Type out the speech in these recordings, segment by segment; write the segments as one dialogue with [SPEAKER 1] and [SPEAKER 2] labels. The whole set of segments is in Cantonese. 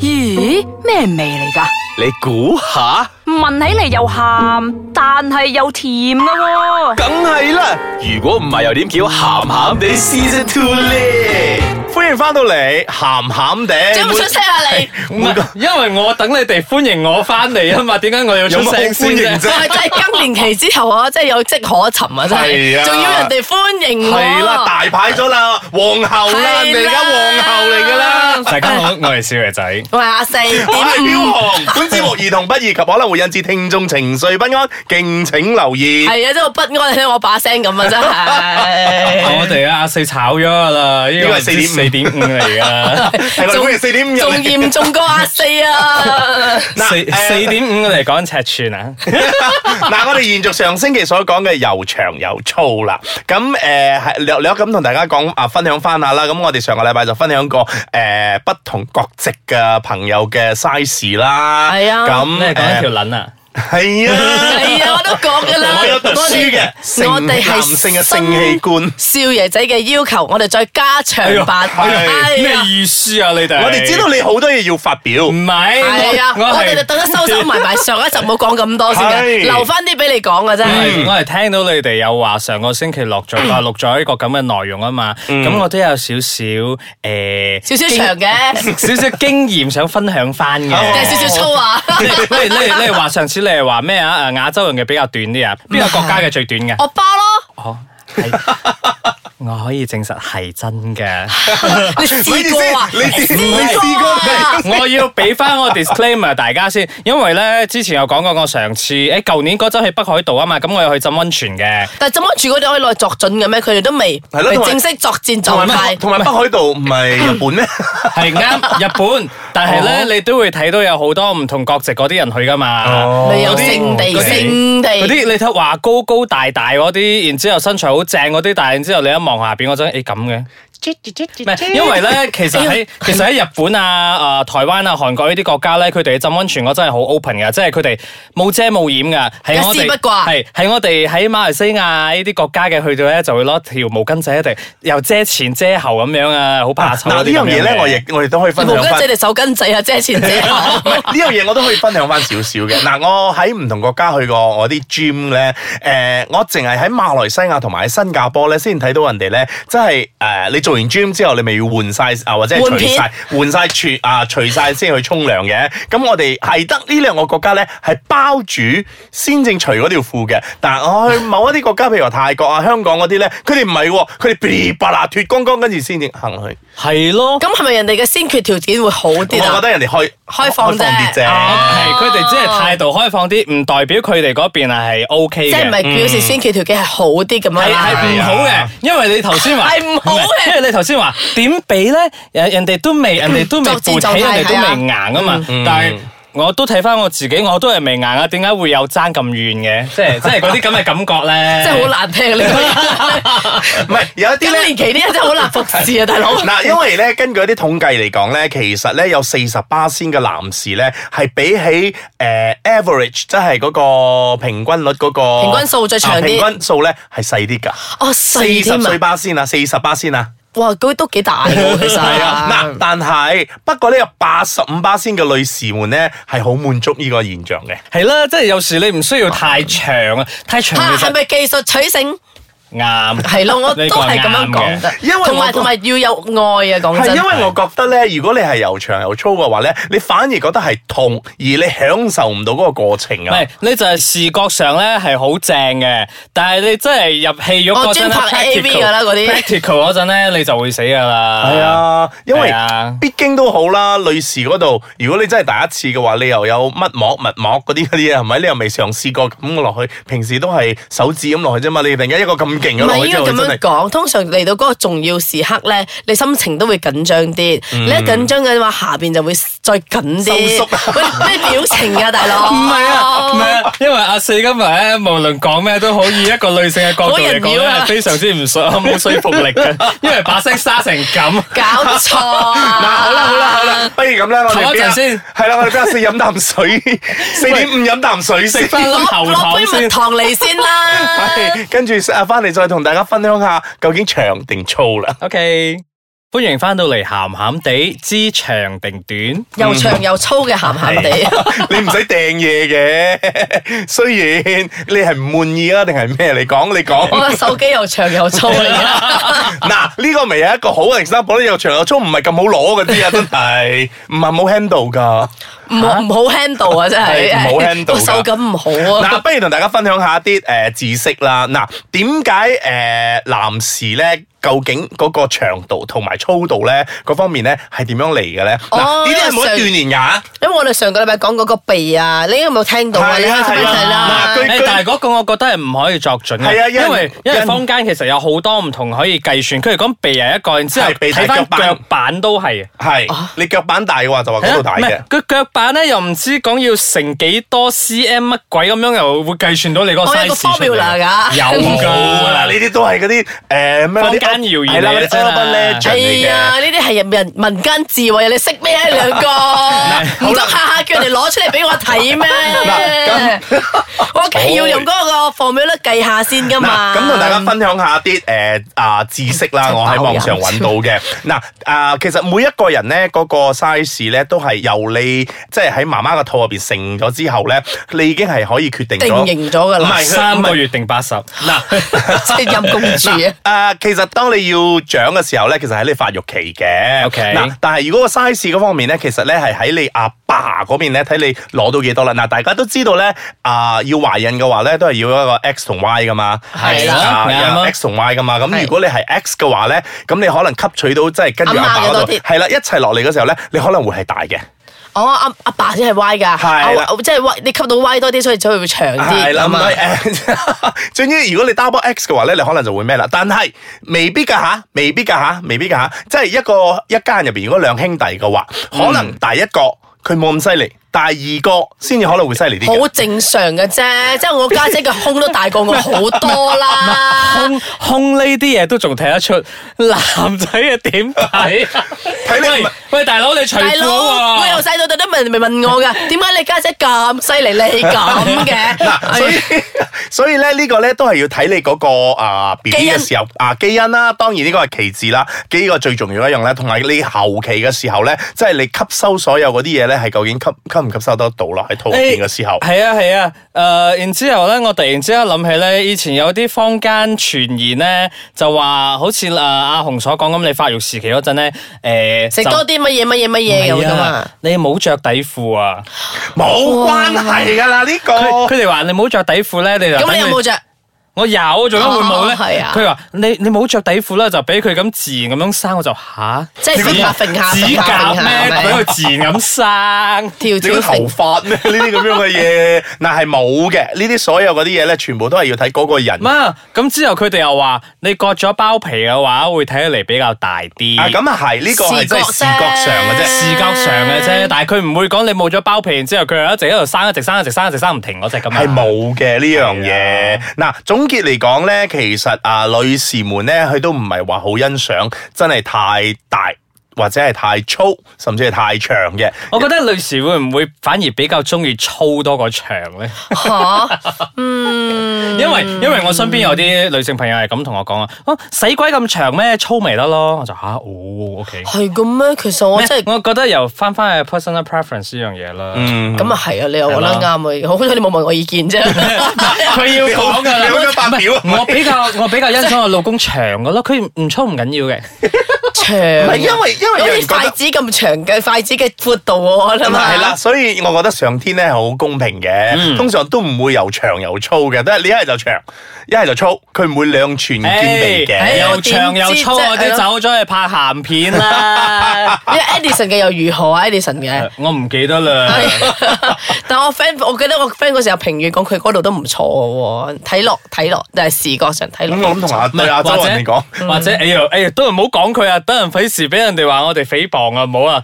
[SPEAKER 1] 咦，咩味嚟噶？
[SPEAKER 2] 你估下，
[SPEAKER 1] 聞起嚟又鹹，但係又甜噶喎、
[SPEAKER 2] 梗係啦。如果唔係，又點叫鹹鹹地 Season Two 咧？
[SPEAKER 3] 歡迎翻到嚟，鹹鹹地，
[SPEAKER 4] 你有冇出聲啊你？
[SPEAKER 5] 唔
[SPEAKER 3] 每個
[SPEAKER 5] 係，因為我等你哋歡迎我翻嚟啊嘛，點解我要出聲先
[SPEAKER 3] 有冇好歡迎
[SPEAKER 5] 啫
[SPEAKER 3] 啫？
[SPEAKER 4] 我係真係更年期之後啊，真係有跡可尋啊，真
[SPEAKER 3] 係啊
[SPEAKER 4] 係，仲要人哋歡迎我。
[SPEAKER 3] 係啦，大牌咗啦，皇后啦，你
[SPEAKER 4] 係
[SPEAKER 3] 而
[SPEAKER 4] 啦
[SPEAKER 3] 家皇后嚟噶啦。大家好，我係小爺仔。
[SPEAKER 4] 我係阿四點
[SPEAKER 3] 我係
[SPEAKER 4] 五。
[SPEAKER 3] 標紅，本節目兒童不宜及可能會引致聽眾情緒不安，敬請留意。
[SPEAKER 4] 係啊，真係好不安，你聽我把聲咁啊，真係。
[SPEAKER 5] 我哋阿四炒咗噶啦，呢
[SPEAKER 3] 呢個係
[SPEAKER 5] 個係四點 五嚟噶，
[SPEAKER 3] 係我哋歡迎四點五入
[SPEAKER 4] 仲
[SPEAKER 3] 嚟。
[SPEAKER 4] 嚴重過阿四啊！
[SPEAKER 5] 四四點五嚟講尺寸啊，
[SPEAKER 3] 嗱，我哋延續上星期所講嘅又長又粗啦。咁誒係略略咁同大家講啊，分享翻下啦。咁我哋上個禮拜就分享過誒、不同國籍嘅朋友嘅 size 啦。
[SPEAKER 4] 係啊
[SPEAKER 5] 你
[SPEAKER 3] 咁
[SPEAKER 5] 係講一條
[SPEAKER 3] 誒
[SPEAKER 5] 撚啊？
[SPEAKER 3] 係啊。
[SPEAKER 4] 係啊，我都講噶啦。
[SPEAKER 3] 我有讀書嘅
[SPEAKER 4] 我哋，我哋係
[SPEAKER 3] 男性嘅性器官。
[SPEAKER 4] 少爺仔嘅要求，我哋再加長版。
[SPEAKER 3] 哎呀係
[SPEAKER 4] 哎
[SPEAKER 5] 咩
[SPEAKER 4] 呀
[SPEAKER 5] 意思啊？你哋
[SPEAKER 3] 我哋知道你好多嘢要發表
[SPEAKER 5] 唔。係，
[SPEAKER 4] 係啊，我哋就等咗收收埋埋，上一集冇講咁多先嘅，
[SPEAKER 3] 係
[SPEAKER 4] 留翻啲俾你講嘅真係。
[SPEAKER 5] 係我係聽到你哋有話上個星期落咗啊錄咗一個咁嘅內容啊嘛，咁我都有少少
[SPEAKER 3] 哦
[SPEAKER 4] 少少長
[SPEAKER 5] 誒
[SPEAKER 4] 嘅，
[SPEAKER 5] 少少經驗想分享翻嘅，
[SPEAKER 4] 定 係少少粗 啊！
[SPEAKER 5] 你你你你係話上次你係話咩啊？誒亞洲人嘅比較短啲啊，邊個國家嘅最短嘅？
[SPEAKER 4] 我包 咯，
[SPEAKER 5] 哦，係， 我可以證實係真嘅。
[SPEAKER 4] 你
[SPEAKER 3] 咩意
[SPEAKER 4] 試
[SPEAKER 3] 思
[SPEAKER 4] 過啊？
[SPEAKER 3] 你試 你試過
[SPEAKER 4] 啊？
[SPEAKER 5] 我要俾翻個 disclaimer 大家先，因為咧之前有講過我上次誒舊年嗰陣去北海道啊嘛，咁我又去浸温泉嘅。
[SPEAKER 4] 但係浸溫泉嗰啲可以攞嚟作準嘅咩？佢哋都未
[SPEAKER 3] 係咯
[SPEAKER 4] 未
[SPEAKER 3] 同埋
[SPEAKER 4] 正式作戰
[SPEAKER 3] 同
[SPEAKER 4] 狀
[SPEAKER 3] 埋
[SPEAKER 4] 態。
[SPEAKER 3] 同埋北海道唔係日本咩？
[SPEAKER 5] 係啱日本，但係咧你都會睇到有好多唔同國籍嗰啲人去噶嘛。
[SPEAKER 3] 哦
[SPEAKER 4] 你有聖地
[SPEAKER 5] 嗰啲
[SPEAKER 4] 聖地
[SPEAKER 5] 嗰啲你睇話高高大大嗰啲，然之後身材好正嗰啲，但係然之後你一望下邊嗰陣，誒咁嘅。唔係，因為咧，其 實喺其實喺日本啊、誒、台灣啊、韓國呢啲國家咧，佢哋浸温泉我真係好 open 嘅，即係佢哋冇遮冇掩嘅，係我
[SPEAKER 4] 一絲
[SPEAKER 5] 哋
[SPEAKER 4] 不掛
[SPEAKER 5] 係係我哋喺馬來西亞呢啲國家嘅去到咧，就會攞條毛巾仔一定又遮前遮後咁樣啊，好怕醜
[SPEAKER 3] 嗱呢樣嘢咧，我亦我哋都可以
[SPEAKER 4] 毛
[SPEAKER 3] 分享
[SPEAKER 4] 巾
[SPEAKER 3] 翻
[SPEAKER 4] 仔。定手巾仔啊，遮前遮後。
[SPEAKER 3] 唔係呢樣嘢我都可以分享翻少少嘅。嗱，我喺唔同國家去過我啲 gym 咧，誒、我淨係喺馬來西亞同埋喺新加坡咧，先睇到人哋咧，真係誒、你做完 gym 之後，你咪要換晒啊，或者係
[SPEAKER 4] 換
[SPEAKER 3] 除
[SPEAKER 4] 片
[SPEAKER 3] 晒換晒除啊，除晒先去沖涼嘅。咁我哋係得呢兩個國家咧，係包住先正除嗰條褲嘅。但係我去某一啲國家，譬如話泰國啊、香港嗰啲咧，佢哋唔係喎，佢哋噼里啪啦脱光光，跟住先至行去。
[SPEAKER 5] 係咯。
[SPEAKER 4] 咁係咪人哋嘅先決條件會好
[SPEAKER 3] 我
[SPEAKER 4] 啲
[SPEAKER 3] 覺
[SPEAKER 4] 啊？
[SPEAKER 3] 得人哋開
[SPEAKER 4] 開放啫哦
[SPEAKER 3] 啲啫。
[SPEAKER 5] 係佢哋只係態度開放啲，唔代表佢哋嗰邊係 O K 嘅。嗯
[SPEAKER 4] 即係唔
[SPEAKER 3] 嗯
[SPEAKER 4] 係表示先決條件係好啲咁樣
[SPEAKER 5] 係
[SPEAKER 4] 啦？
[SPEAKER 5] 係唔好嘅，因為你頭先話
[SPEAKER 4] 係唔好嘅
[SPEAKER 5] 係因為你頭先話點俾咧？人人哋 都未，人哋都未
[SPEAKER 4] 作戰
[SPEAKER 5] 勃起，
[SPEAKER 4] 狀
[SPEAKER 5] 人
[SPEAKER 4] 態
[SPEAKER 5] 哋都
[SPEAKER 4] 係啊
[SPEAKER 5] 未硬啊嘛。但係我都睇翻我自己，我都係未硬啊，點解會有爭咁遠嘅？即係即係嗰啲咁嘅感覺咧，
[SPEAKER 4] 真係好難聽呢個。
[SPEAKER 3] 唔係有一啲
[SPEAKER 4] 今
[SPEAKER 3] 咧。
[SPEAKER 4] 年期呢啲真係好難服侍啊，大佬。
[SPEAKER 3] 嗱，因為咧，根據啲統計嚟講咧，其實咧有四十巴仙嘅男士咧，係比起誒、呃 average，即係嗰個平均率嗰、個
[SPEAKER 4] 平均數最長啲
[SPEAKER 3] 啊平均數咧係細啲㗎，
[SPEAKER 4] 哦，
[SPEAKER 3] 四
[SPEAKER 4] 細
[SPEAKER 3] 十
[SPEAKER 4] 添
[SPEAKER 3] 歲
[SPEAKER 4] 啊！
[SPEAKER 3] 巴仙啊，四十巴仙啊，
[SPEAKER 4] 哇，佢都幾大喎，其實。
[SPEAKER 3] 係啊，嗱，但係不過呢，有八十五巴仙嘅女士們咧係好滿足呢個現象嘅。
[SPEAKER 5] 係啦，即係有時你唔需要太長啊，太長
[SPEAKER 4] 嚇
[SPEAKER 5] 其
[SPEAKER 4] 係
[SPEAKER 5] 實
[SPEAKER 4] 咪技術取勝？
[SPEAKER 5] 啱。
[SPEAKER 4] 係咯，我都
[SPEAKER 5] 呢個
[SPEAKER 4] 係咁樣講
[SPEAKER 5] 啱嘅
[SPEAKER 4] 嘅。
[SPEAKER 3] 因為我
[SPEAKER 4] 同埋
[SPEAKER 3] 覺
[SPEAKER 4] 同埋要有愛啊，講
[SPEAKER 3] 係
[SPEAKER 4] 真
[SPEAKER 3] 因。為我覺得咧，如果你係又長又粗嘅話咧，你反而覺得係痛，而你享受唔到嗰個過程
[SPEAKER 5] 唔
[SPEAKER 3] 啊
[SPEAKER 5] 係。，你就係視覺上咧係好正嘅，但係你真係入戲肉嗰
[SPEAKER 4] 我
[SPEAKER 5] 陣
[SPEAKER 4] 哦專
[SPEAKER 5] 呢
[SPEAKER 4] 拍 AV 㗎啦嗰啲
[SPEAKER 5] practical 嗰陣咧你就會死㗎啦。
[SPEAKER 3] 係啊，因為
[SPEAKER 5] 係啊
[SPEAKER 3] 必經都好啦，女士嗰度，如果你真係第一次嘅話，你又有乜膜乜膜嗰啲嗰啲嘢，係咪？你又未嘗試過咁落去，平時都係手指咁落去啫嘛，你突然間一個咁勁嘅
[SPEAKER 4] 唔係
[SPEAKER 3] 落去
[SPEAKER 4] 應
[SPEAKER 3] 之後，
[SPEAKER 4] 該咁
[SPEAKER 3] 真
[SPEAKER 4] 樣
[SPEAKER 3] 係
[SPEAKER 4] 講，通常嚟到嗰個重要時刻咧，你心情都會緊張啲。你一緊張嘅話，下邊就會再緊啲。
[SPEAKER 3] 收縮
[SPEAKER 4] 喂，咩表情啊，大佬？哦
[SPEAKER 5] 唔係啊，唔係啊，因為阿四今日咧，無論講咩都好，以一個女性嘅角度嚟講
[SPEAKER 4] 好人妖
[SPEAKER 5] 咧，
[SPEAKER 4] 啊
[SPEAKER 5] 係非常之唔信 冇說服力嘅，因為把聲沙成 咁。
[SPEAKER 4] 搞錯啊！
[SPEAKER 3] 嗱，好啦好啦好啦，不如咁啦，我
[SPEAKER 5] 唞
[SPEAKER 3] 哋
[SPEAKER 5] 一
[SPEAKER 3] 俾阿
[SPEAKER 5] 陣先
[SPEAKER 3] 係啦，我哋俾阿四飲啖 水，四點五飲啖水
[SPEAKER 5] 食
[SPEAKER 3] 先。
[SPEAKER 5] 翻粒喉
[SPEAKER 4] 攞
[SPEAKER 5] 糖
[SPEAKER 4] 杯蜜
[SPEAKER 5] 先。
[SPEAKER 4] 糖嚟先啦。
[SPEAKER 3] 係，跟住啊，翻嚟再同大家分享下究竟長定粗啦。
[SPEAKER 5] OK。歡迎翻到嚟鹹鹹地之長定短。
[SPEAKER 4] 又長又粗嘅鹹鹹地。
[SPEAKER 3] 你唔使訂嘢嘅，雖然你係唔滿意啊，定係咩？你講，你講。
[SPEAKER 4] 我嘅手機又長又粗嚟
[SPEAKER 3] 嗱，呢個咪係一個好嘅 example 咧，又長又粗，唔係咁好攞嗰啲啊，真係唔係冇 handle 噶。
[SPEAKER 4] 唔好唔好 handle 啊，真係
[SPEAKER 3] 係唔好 handle 㗎
[SPEAKER 4] 個手感唔好
[SPEAKER 3] 嗱，
[SPEAKER 4] 啊。
[SPEAKER 3] 不如同大家分享下一啲誒、呃知識啦。嗱，點解誒男士咧？究竟嗰個長度同埋粗度咧，嗰方面咧係點樣嚟嘅咧？嗱、
[SPEAKER 4] 哦
[SPEAKER 3] 呢啲係冇得
[SPEAKER 4] 因
[SPEAKER 3] 鍛
[SPEAKER 4] 為
[SPEAKER 3] 鍊㗎。
[SPEAKER 4] 因為我哋上個禮拜講嗰個鼻啊，你有冇聽到啊？你
[SPEAKER 3] 係啊
[SPEAKER 4] 睇睇
[SPEAKER 3] 係
[SPEAKER 4] 啦
[SPEAKER 3] 啊嗱。佢
[SPEAKER 5] 誒但係嗰個我覺得係唔可以作準嘅，
[SPEAKER 3] 係啊因為
[SPEAKER 5] 因為因為
[SPEAKER 3] 因
[SPEAKER 5] 坊間其實有好多唔同可以計算，佢哋講鼻係一個，然之後
[SPEAKER 3] 係鼻大
[SPEAKER 5] 睇
[SPEAKER 3] 腳
[SPEAKER 5] 翻
[SPEAKER 3] 板
[SPEAKER 5] 腳板都係。
[SPEAKER 3] 係、你腳板大嘅話就話嗰度大
[SPEAKER 5] 係
[SPEAKER 3] 嘅
[SPEAKER 5] 啊。唔係佢腳板咧又唔知講要成幾多 cm 乜鬼咁樣，又會計算到你嗰個
[SPEAKER 4] 我有
[SPEAKER 5] size
[SPEAKER 4] 個
[SPEAKER 5] 出嚟
[SPEAKER 4] formula 㗎
[SPEAKER 5] 有
[SPEAKER 3] 冇
[SPEAKER 5] 㗎
[SPEAKER 3] 啦，呢啲都係嗰啲誒咩嗰啲
[SPEAKER 5] 坊間謠言
[SPEAKER 3] 係啦，嗰
[SPEAKER 5] 嚟
[SPEAKER 3] 啲
[SPEAKER 5] 嘅真
[SPEAKER 3] urban
[SPEAKER 5] 係
[SPEAKER 3] legend
[SPEAKER 4] 哎
[SPEAKER 3] 嚟嘅。
[SPEAKER 4] 呀，呢啲係人民民間智慧啊！你識咩啊？兩個唔通下下叫人哋攞出嚟俾我睇咩？ 我梗係要用嗰個防秒率計下先噶嘛。
[SPEAKER 3] 嗱，咁同大家分享下啲誒啊知識 啦，我喺網上揾到嘅。嗱啊，其實每一個人咧嗰個 size 咧都係由你即係喺媽媽個肚入邊成咗之後咧，你已經係可以決定咗
[SPEAKER 4] 定型咗噶
[SPEAKER 3] 唔
[SPEAKER 4] 啦
[SPEAKER 3] 係，
[SPEAKER 5] 三個月定八十嗱。
[SPEAKER 4] 即係任公主啊！
[SPEAKER 3] 啊，其實當你要長嘅時候咧，其實喺你發育期嘅。
[SPEAKER 5] OK
[SPEAKER 3] 嗱，但係如果個 size 嗰方面咧，其實咧係喺你阿爸嗰邊咧，睇你攞到幾多啦。嗱，大家都知道咧，啊，要懷孕嘅話咧，都係要一個 X 同 Y 噶嘛，
[SPEAKER 4] 係啦
[SPEAKER 3] 啊
[SPEAKER 5] 啱啊
[SPEAKER 3] 有 X 同 Y 噶嘛。咁
[SPEAKER 4] 係
[SPEAKER 3] 如果你係 X 嘅話咧，咁你可能吸取到即係跟住阿
[SPEAKER 4] 阿
[SPEAKER 3] 爸
[SPEAKER 4] 嫲嘅
[SPEAKER 3] 嗰
[SPEAKER 4] 多
[SPEAKER 3] 度，
[SPEAKER 4] 啲
[SPEAKER 3] 係啦，一齊落嚟嘅時候咧，你可能會係大嘅。
[SPEAKER 4] 哦，阿阿爸先係 Y 㗎，
[SPEAKER 3] 係啦
[SPEAKER 4] 啊即係 Y，你吸到 Y 多啲，所以所以會長
[SPEAKER 3] 係
[SPEAKER 4] 啲
[SPEAKER 3] 啦，
[SPEAKER 4] 咁
[SPEAKER 3] 唔
[SPEAKER 4] 啊
[SPEAKER 3] 係。 誒，總之如果你 double X 嘅話咧，你可能就會咩啦？但係未必㗎吓，未必㗎吓，未必㗎吓，即係一個一家人入邊，如果兩兄弟嘅話，可能
[SPEAKER 4] 嗯
[SPEAKER 3] 第一個佢冇咁犀利，第二個先至可能會犀利啲嘅。
[SPEAKER 4] 好正常嘅啫，即係我家姐嘅胸都大過我好 多啦。
[SPEAKER 5] 胸胸呢啲嘢都仲睇得出，男仔嘅點睇？
[SPEAKER 3] 睇你
[SPEAKER 5] 喂喂，大佬你除
[SPEAKER 4] 大
[SPEAKER 5] 褲
[SPEAKER 4] 佬，
[SPEAKER 3] 啊
[SPEAKER 5] 喎
[SPEAKER 4] 我由細到大都問咪 問我㗎，點解你家姐咁犀利，你咁嘅？哎
[SPEAKER 3] 嗱，所以 所以咧呢個咧都係要睇你嗰個啊 B
[SPEAKER 4] 基
[SPEAKER 3] B
[SPEAKER 4] 因
[SPEAKER 3] 嘅時候啊基因啦，當然呢個係其次啦，呢個最重要一樣咧，同埋你後期嘅時候咧，即係你吸收所有嗰啲嘢咧，係究竟吸吸唔吸收得到啦？喺肚入邊嘅時候。
[SPEAKER 5] 係啊係啊，誒、然之後咧，我突然之間諗起咧，以前有啲坊間傳言咧，就話好似誒阿紅所講咁，你發育時期嗰陣咧，誒、
[SPEAKER 4] 食
[SPEAKER 5] 就
[SPEAKER 4] 多啲乜嘢乜嘢乜嘢咁
[SPEAKER 5] 係
[SPEAKER 4] 㗎
[SPEAKER 5] 啊
[SPEAKER 4] 嘛。，
[SPEAKER 5] 你冇着底褲啊！
[SPEAKER 3] 冇關係噶啦呢個。
[SPEAKER 5] 佢佢哋話你冇着底褲咧，你就
[SPEAKER 4] 咁你有
[SPEAKER 5] 等佢
[SPEAKER 4] 冇着？
[SPEAKER 5] 我有，做乜會冇咧？
[SPEAKER 4] 哦係啊
[SPEAKER 5] 佢話你你冇着底褲啦，就俾佢咁自然咁樣生，我就吓，
[SPEAKER 4] 即係揈下揈下
[SPEAKER 5] 指
[SPEAKER 4] 揈下
[SPEAKER 5] 甲
[SPEAKER 4] 揈下係咪
[SPEAKER 5] 咩？俾佢自然咁生。
[SPEAKER 4] 條
[SPEAKER 3] 你個
[SPEAKER 4] 條
[SPEAKER 3] 頭
[SPEAKER 4] 成
[SPEAKER 3] 髮咩？呢啲咁樣嘅嘢，嗱係冇嘅。呢啲所有嗰啲嘢咧，全部都係要睇嗰個人。
[SPEAKER 5] 嘛，啊咁之後佢哋又話你割咗包皮嘅話，會睇起嚟比較大啲。
[SPEAKER 3] 啊，咁啊係，呢個係真係視覺上嘅啫。
[SPEAKER 5] 視覺上嘅啫，但係佢唔會講你冇咗包皮，然之後佢又一直喺度生，一直生，一直生，一直生唔停嗰只咁啊。
[SPEAKER 3] 係冇嘅呢樣嘢。嗱，總結嚟講咧，其實啊，女士們咧，佢都唔係話好欣賞，真係太大或者係太粗，甚至係太長嘅。
[SPEAKER 5] 我覺得女士會唔會反而比較中意粗多過長咧？
[SPEAKER 4] 嚇，
[SPEAKER 3] 嗯
[SPEAKER 5] 因為因為我身邊有啲女性朋友係咁同我講啊，啊使鬼咁長咩，粗咪得咯。我就吓，哦，OK。
[SPEAKER 4] 係咁咩？其實我真係。
[SPEAKER 5] 我覺得又翻翻去 personal preference 呢樣嘢啦。
[SPEAKER 3] 嗯，
[SPEAKER 4] 咁啊係啊，你又講得啱啊！好彩你冇問我意見啫。
[SPEAKER 5] 佢要講㗎
[SPEAKER 3] 你好想發表啊
[SPEAKER 5] 我比較我比較欣賞我老公長嘅咯，佢唔粗唔緊要嘅。
[SPEAKER 4] 長，
[SPEAKER 3] 唔係因為因為有
[SPEAKER 4] 好
[SPEAKER 3] 人
[SPEAKER 4] 似
[SPEAKER 3] 覺得
[SPEAKER 4] 筷子咁長嘅筷子嘅闊度我諗
[SPEAKER 3] 係啦，，所以我覺得上天咧係好公平嘅，
[SPEAKER 4] 嗯
[SPEAKER 3] 通常都唔會又長又粗嘅，都係你一係就長，一係就粗，佢唔會兩全兼備嘅。
[SPEAKER 5] 唉
[SPEAKER 4] 哎
[SPEAKER 5] 又長又粗，我哋走咗去拍鹹片啦。
[SPEAKER 4] 你 Edison 嘅又如何啊？Edison 嘅，
[SPEAKER 5] 我唔記得啦。
[SPEAKER 4] 但我 friend，我記得我 friend 嗰時候評語講佢嗰度都唔錯嘅喎，睇落睇落，但係視覺上睇落。
[SPEAKER 3] 咁我諗同阿
[SPEAKER 5] 唔
[SPEAKER 3] 對阿
[SPEAKER 5] 係
[SPEAKER 3] 周
[SPEAKER 5] 或
[SPEAKER 3] 人嚟 講，
[SPEAKER 5] 者或者哎呀哎呀，都唔好講佢啊，等人費事俾人哋話我哋誹謗啊，唔好啊。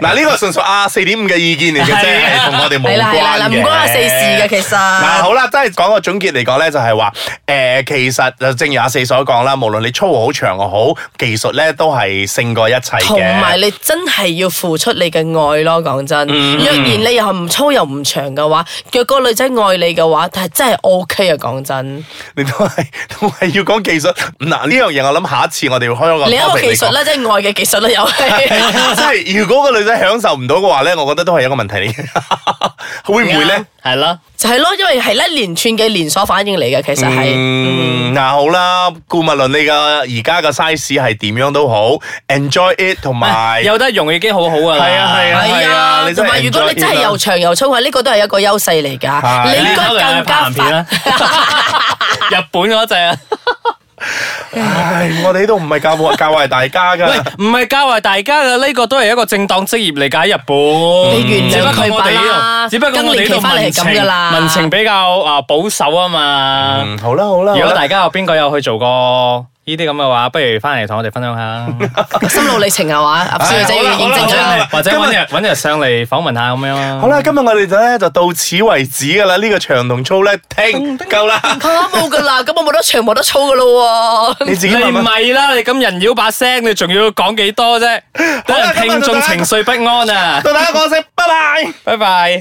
[SPEAKER 3] 嗱呢個純屬阿四點五嘅意見嚟嘅啫，
[SPEAKER 5] 係啊
[SPEAKER 3] 係同我哋冇
[SPEAKER 4] 係啦係啦
[SPEAKER 3] 關
[SPEAKER 4] 嗱
[SPEAKER 3] 嘅。
[SPEAKER 4] 唔關阿四事嘅其實
[SPEAKER 3] 嗱好啦，真係講個總結嚟講咧，就係話誒，其實就正如阿四所講啦，無論你粗又好長又好，技術咧都係勝過一切嘅。嗯
[SPEAKER 4] 同埋你真係要付出你嘅愛咯，講真。若然你又唔粗又唔長嘅話，若個女仔愛你嘅話，但係真係 O K 啊！講真，
[SPEAKER 3] 你都係都係要講技術。嗱呢樣嘢我諗下一次我哋要開一個
[SPEAKER 4] 另一個
[SPEAKER 3] topic
[SPEAKER 4] 技術
[SPEAKER 3] 嚟講。
[SPEAKER 4] 咧，即係愛嘅技術啦，又 係。
[SPEAKER 3] 即係如果個女仔享受唔到嘅話咧，我覺得都係一個問題嚟 嘅。會唔會咧？
[SPEAKER 5] 系啦，
[SPEAKER 4] 就係咯，因為係一連串嘅連鎖反應嚟嘅，其實係。
[SPEAKER 3] 嗯，嗱好啦，顧物論你嘅而家嘅 size 係點樣都好，enjoy it 同埋
[SPEAKER 5] 有得用已經好好噶啦。
[SPEAKER 3] 係啊係啊
[SPEAKER 4] 係啊，
[SPEAKER 3] 你
[SPEAKER 4] 同
[SPEAKER 3] 真係
[SPEAKER 4] 埋如果
[SPEAKER 3] enjoy
[SPEAKER 4] 你真係
[SPEAKER 3] it 啊
[SPEAKER 4] 又長又粗嘅，呢個都係一個優勢嚟㗎。
[SPEAKER 3] 係
[SPEAKER 4] 你應該更加
[SPEAKER 5] 你考慮下拍鹹片
[SPEAKER 4] 發
[SPEAKER 5] 啦。 日本嗰只啊，
[SPEAKER 3] 唉，我哋呢度唔係教壞教壞大家噶。
[SPEAKER 5] 唔係教壞大家嘅，呢個都係一個正當職業嚟㗎。喺日本，
[SPEAKER 4] 你原
[SPEAKER 5] 只
[SPEAKER 4] 諒
[SPEAKER 5] 不過
[SPEAKER 4] 佢
[SPEAKER 5] 我
[SPEAKER 4] 吧
[SPEAKER 5] 哋
[SPEAKER 4] 啦
[SPEAKER 5] 呢度，只不過我哋呢度
[SPEAKER 4] 更年
[SPEAKER 5] 民
[SPEAKER 4] 期返嚟係咁㗎啦
[SPEAKER 5] 情民情比較啊保守啊嘛。
[SPEAKER 3] 嗯，好啦好啦，
[SPEAKER 5] 如
[SPEAKER 3] 好
[SPEAKER 5] 果
[SPEAKER 3] 啦
[SPEAKER 5] 大家有邊個有去做過呢啲咁嘅話，不如翻嚟同我哋分享下，
[SPEAKER 4] 心路歷程係嘛？阿小女仔要
[SPEAKER 3] 好啦好
[SPEAKER 4] 認證
[SPEAKER 3] 啦
[SPEAKER 4] 咗
[SPEAKER 3] 好啦。
[SPEAKER 5] 或者揾日揾日上嚟訪問下咁樣啊
[SPEAKER 3] 好啦，今日我哋就咧就到此為止噶啦，呢個長同粗咧停夠啦，
[SPEAKER 4] 嚇啊冇㗎啦，咁我冇得長冇得粗㗎咯喎。
[SPEAKER 3] 你自
[SPEAKER 5] 你
[SPEAKER 3] 己慢慢。
[SPEAKER 5] 咪啦，你咁人妖把聲，你仲要講幾多啫？等人聽眾情緒不安啊！
[SPEAKER 3] 到大家講聲，拜拜。
[SPEAKER 5] 拜拜。